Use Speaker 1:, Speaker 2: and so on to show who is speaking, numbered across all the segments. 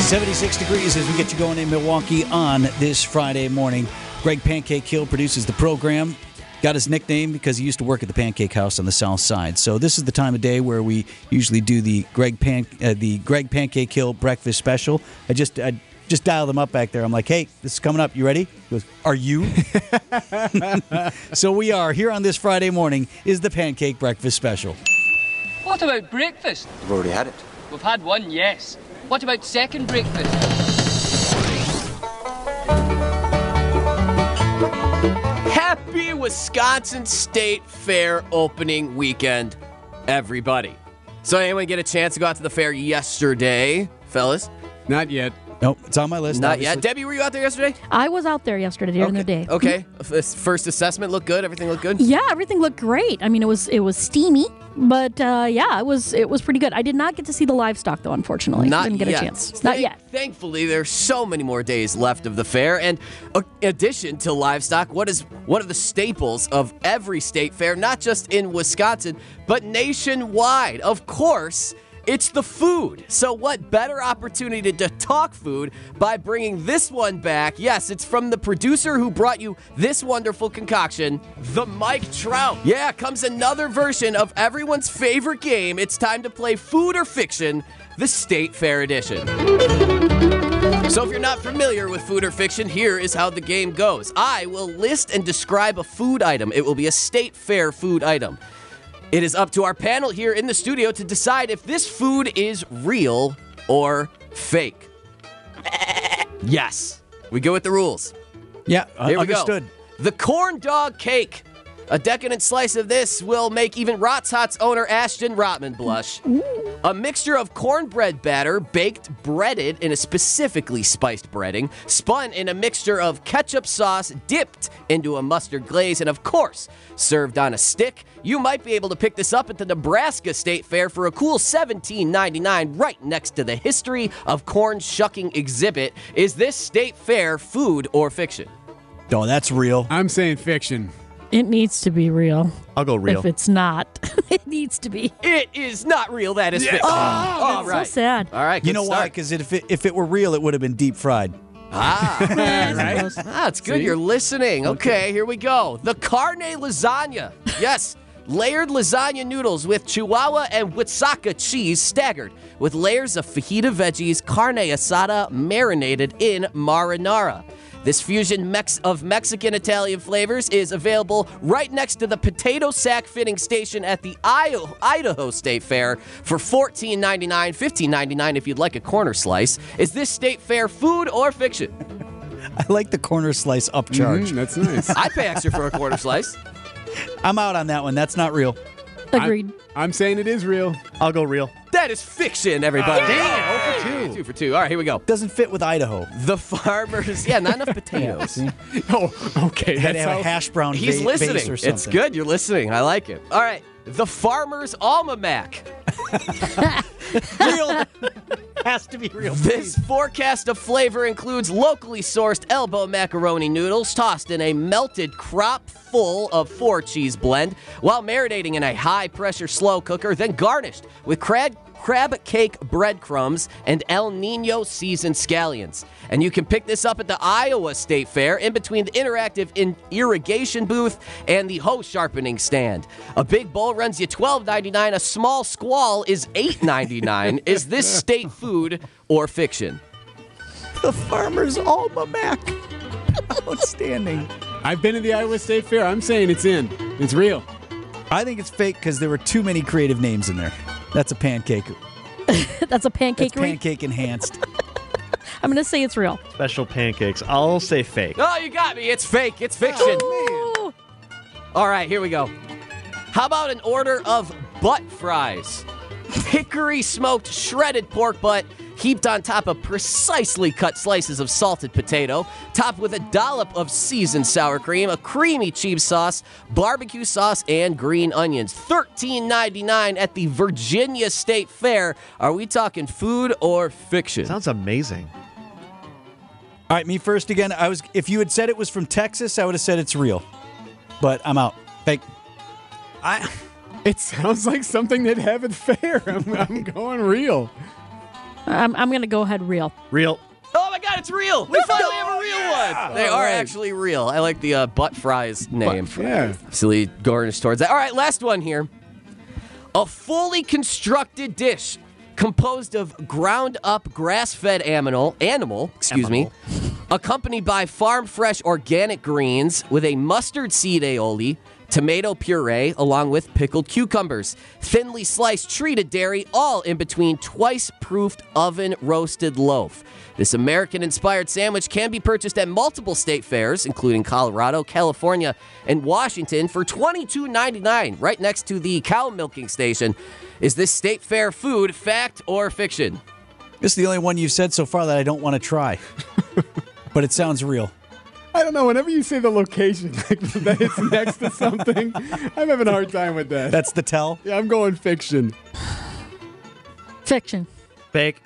Speaker 1: 76 degrees as we get you going in Milwaukee on this Friday morning. Greg Pancake Hill produces the program. Got his nickname because he used to work at the Pancake House on the South Side. So this is the time of day where we usually do the Greg Pan, uh, the Greg Pancake Hill breakfast special. I just I just dialed him up back there. I'm like, hey, this is coming up. You ready? He goes, are you? so we are here on this Friday morning. Is the Pancake Breakfast Special?
Speaker 2: What about breakfast?
Speaker 3: We've already had it.
Speaker 2: We've had one, yes. What about second breakfast?
Speaker 4: Happy Wisconsin State Fair opening weekend, everybody. So, anyone get a chance to go out to the fair yesterday, fellas?
Speaker 5: Not yet.
Speaker 1: Nope, it's on my list.
Speaker 4: Not
Speaker 1: obviously.
Speaker 4: yet. Debbie, were you out there yesterday?
Speaker 6: I was out there yesterday during the day.
Speaker 4: Okay. F- First assessment looked good. Everything looked good.
Speaker 6: Yeah, everything looked great. I mean, it was it was steamy, but uh, yeah, it was it was pretty good. I did not get to see the livestock though, unfortunately.
Speaker 4: Not
Speaker 6: Didn't get
Speaker 4: yet.
Speaker 6: a chance.
Speaker 4: Thank-
Speaker 6: Not yet.
Speaker 4: Thankfully, there's so many more days left of the fair, and uh, in addition to livestock, what is one of the staples of every state fair, not just in Wisconsin but nationwide? Of course. It's the food. So, what better opportunity to talk food by bringing this one back? Yes, it's from the producer who brought you this wonderful concoction, the Mike Trout. Yeah, comes another version of everyone's favorite game. It's time to play Food or Fiction, the State Fair Edition. So, if you're not familiar with food or fiction, here is how the game goes. I will list and describe a food item. It will be a state fair food item. It is up to our panel here in the studio to decide if this food is real or fake. Yes, we go with the rules.
Speaker 1: Yeah,
Speaker 4: Here we
Speaker 1: understood.
Speaker 4: go. The corn dog cake. A decadent slice of this will make even Rot's Hot's owner Ashton Rotman blush. A mixture of cornbread batter, baked, breaded in a specifically spiced breading, spun in a mixture of ketchup sauce, dipped into a mustard glaze, and of course, served on a stick. You might be able to pick this up at the Nebraska State Fair for a cool $17.99 right next to the History of Corn Shucking exhibit. Is this State Fair food or fiction?
Speaker 1: No, that's real.
Speaker 5: I'm saying fiction.
Speaker 6: It needs to be real.
Speaker 7: I'll go real.
Speaker 6: If it's not, it needs to be.
Speaker 4: It is not real. That is fake. all right.
Speaker 6: So sad.
Speaker 4: All right.
Speaker 1: You
Speaker 4: good
Speaker 1: know why?
Speaker 4: start.
Speaker 1: Because if it, if it were real, it would have been deep fried.
Speaker 4: Ah, it's good you're listening. Okay, here we go. The carne lasagna. Yes. Layered lasagna noodles with chihuahua and Oaxaca cheese staggered with layers of fajita veggies, carne asada marinated in marinara. This fusion mex- of Mexican Italian flavors is available right next to the potato sack fitting station at the Io- Idaho State Fair for $14.99, $15.99 if you'd like a corner slice. Is this state fair food or fiction?
Speaker 1: I like the corner slice upcharge.
Speaker 5: Mm, that's nice.
Speaker 4: I'd pay extra for a quarter slice.
Speaker 1: I'm out on that one. That's not real.
Speaker 6: Agreed.
Speaker 5: I'm saying it is real.
Speaker 7: I'll go real.
Speaker 4: That is fiction, everybody.
Speaker 7: Damn,
Speaker 4: Damn. Two for two. All right, here we go.
Speaker 1: Doesn't fit with Idaho.
Speaker 4: The farmers. Yeah, not enough potatoes.
Speaker 5: Oh, okay.
Speaker 1: Had
Speaker 5: That's
Speaker 1: to have a
Speaker 5: how.
Speaker 1: hash brown
Speaker 4: He's
Speaker 1: ba-
Speaker 4: listening.
Speaker 1: base or something.
Speaker 4: It's good. You're listening. I like it. All right. The farmer's almanac.
Speaker 1: Real has to be real.
Speaker 4: This forecast of flavor includes locally sourced elbow macaroni noodles tossed in a melted crop full of four cheese blend while marinating in a high pressure slow cooker, then garnished with crab, crab cake breadcrumbs and El Nino seasoned scallions. And you can pick this up at the Iowa State Fair in between the interactive in- irrigation booth and the hoe sharpening stand. A big bowl runs you $12.99, a small squall is $8.99. is this state food or fiction?
Speaker 1: The farmer's almanac. Outstanding.
Speaker 5: I've been to the Iowa State Fair. I'm saying it's in. It's real.
Speaker 1: I think it's fake because there were too many creative names in there. That's a pancake.
Speaker 6: That's a
Speaker 1: That's
Speaker 6: pancake.
Speaker 1: pancake enhanced.
Speaker 6: I'm gonna say it's real.
Speaker 7: Special pancakes. I'll say fake.
Speaker 4: Oh, you got me. It's fake. It's fiction. Oh,
Speaker 6: Ooh.
Speaker 4: All right, here we go. How about an order of butt fries? Hickory smoked shredded pork butt heaped on top of precisely cut slices of salted potato, topped with a dollop of seasoned sour cream, a creamy cheese sauce, barbecue sauce, and green onions. $13.99 at the Virginia State Fair. Are we talking food or fiction?
Speaker 7: Sounds amazing.
Speaker 1: All right, me first again. I was. If you had said it was from Texas, I would have said it's real. But I'm out. Fake. I.
Speaker 5: It sounds like something they'd have at fair. I'm, I'm going real.
Speaker 6: I'm, I'm going to go ahead real.
Speaker 7: Real.
Speaker 4: Oh my God, it's real! We finally have a real one. They are actually real. I like the uh, butt fries name.
Speaker 5: Yeah.
Speaker 4: Silly garnish towards that. All right, last one here. A fully constructed dish composed of ground up grass fed animal, animal, excuse me, accompanied by farm fresh organic greens with a mustard seed aioli, tomato puree, along with pickled cucumbers, thinly sliced treated dairy, all in between twice proofed oven roasted loaf. This American inspired sandwich can be purchased at multiple state fairs, including Colorado, California, and Washington, for $22.99, right next to the cow milking station. Is this state fair food fact or fiction?
Speaker 1: This is the only one you've said so far that I don't want to try, but it sounds real.
Speaker 5: I don't know. Whenever you say the location, like that it's next to something, I'm having a hard time with that.
Speaker 1: That's the tell.
Speaker 5: yeah, I'm going fiction.
Speaker 6: Fiction.
Speaker 7: Fake.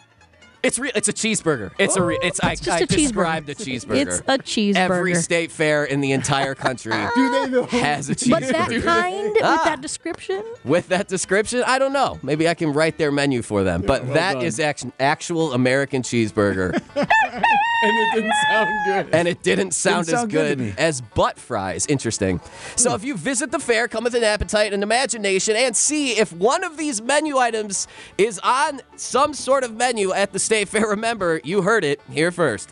Speaker 4: It's real. It's a cheeseburger. It's a. Re- it's. I,
Speaker 6: It's just
Speaker 4: I
Speaker 6: a cheeseburger.
Speaker 4: described a cheeseburger.
Speaker 6: It's a cheeseburger.
Speaker 4: Every state fair in the entire country
Speaker 5: Do they know?
Speaker 4: has a
Speaker 6: but
Speaker 4: cheeseburger. Ah.
Speaker 6: that kind, with that description,
Speaker 4: With that description, I don't know. Maybe I can write their menu for them. But that is
Speaker 5: done.
Speaker 4: action, actual American cheeseburger,
Speaker 5: And it didn't sound good.
Speaker 4: and it didn't sound as
Speaker 1: sound good to
Speaker 4: good,
Speaker 1: me.
Speaker 4: as butt fries. Interesting. So if you visit the fair, come with an appetite and imagination, and see if one of these menu items is on some sort of menu at the state fair. Remember, you heard it here first.